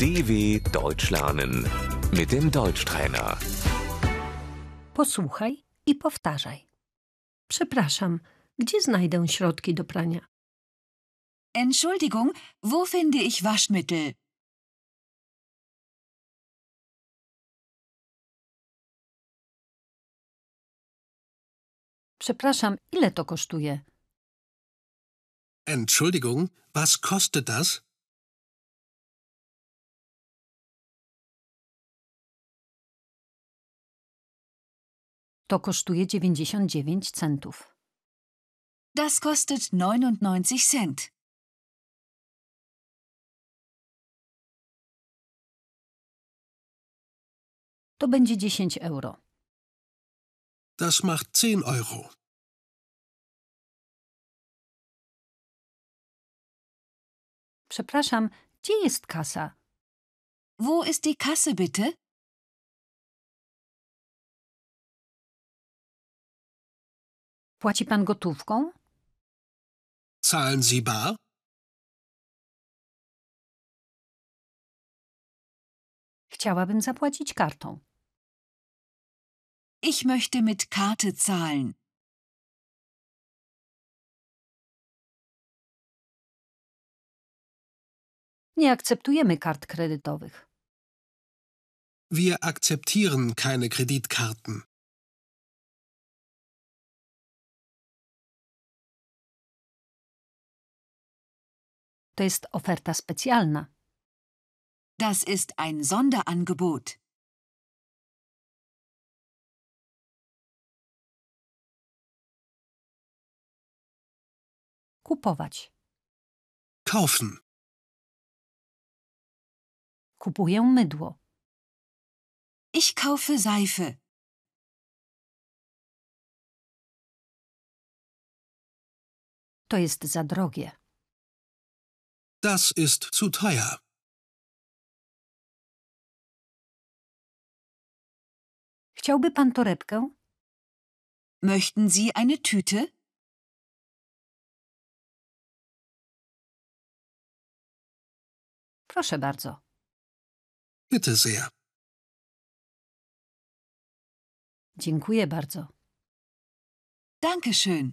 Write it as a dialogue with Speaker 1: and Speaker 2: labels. Speaker 1: DW Deutsch lernen mit dem Deutschtrainer.
Speaker 2: Posłuchaj i powtarzaj. Przepraszam, gdzie znajdę środki do prania?
Speaker 3: Entschuldigung, wo finde ich Waschmittel?
Speaker 2: Przepraszam, ile to kosztuje?
Speaker 4: Entschuldigung, was kostet das?
Speaker 2: To kosztuje 99 centów.
Speaker 3: Das kostet 99 Cent.
Speaker 2: To będzie 10 euro.
Speaker 4: Das macht 10 Euro.
Speaker 2: Przepraszam, gdzie jest kasa?
Speaker 3: Wo ist die Kasse bitte?
Speaker 2: Płaci pan gotówką?
Speaker 4: Zahlen Sie bar?
Speaker 2: Chciałabym zapłacić kartą.
Speaker 3: Ich möchte mit Karte zahlen.
Speaker 2: Nie akceptujemy kart kredytowych.
Speaker 4: Wir akzeptieren keine Kreditkarten.
Speaker 2: To jest oferta specjalna.
Speaker 3: Das ist ein Sonderangebot.
Speaker 2: Kupować.
Speaker 4: Kaufen.
Speaker 2: Kupuję mydło.
Speaker 3: Ich kaufe Seife.
Speaker 2: To jest za drogie.
Speaker 4: Das ist zu teuer.
Speaker 2: Chciałby pan torebkę?
Speaker 3: Möchten Sie eine Tüte?
Speaker 2: Proszę bardzo.
Speaker 4: Bitte sehr.
Speaker 2: Dziękuję bardzo.
Speaker 3: Dankeschön.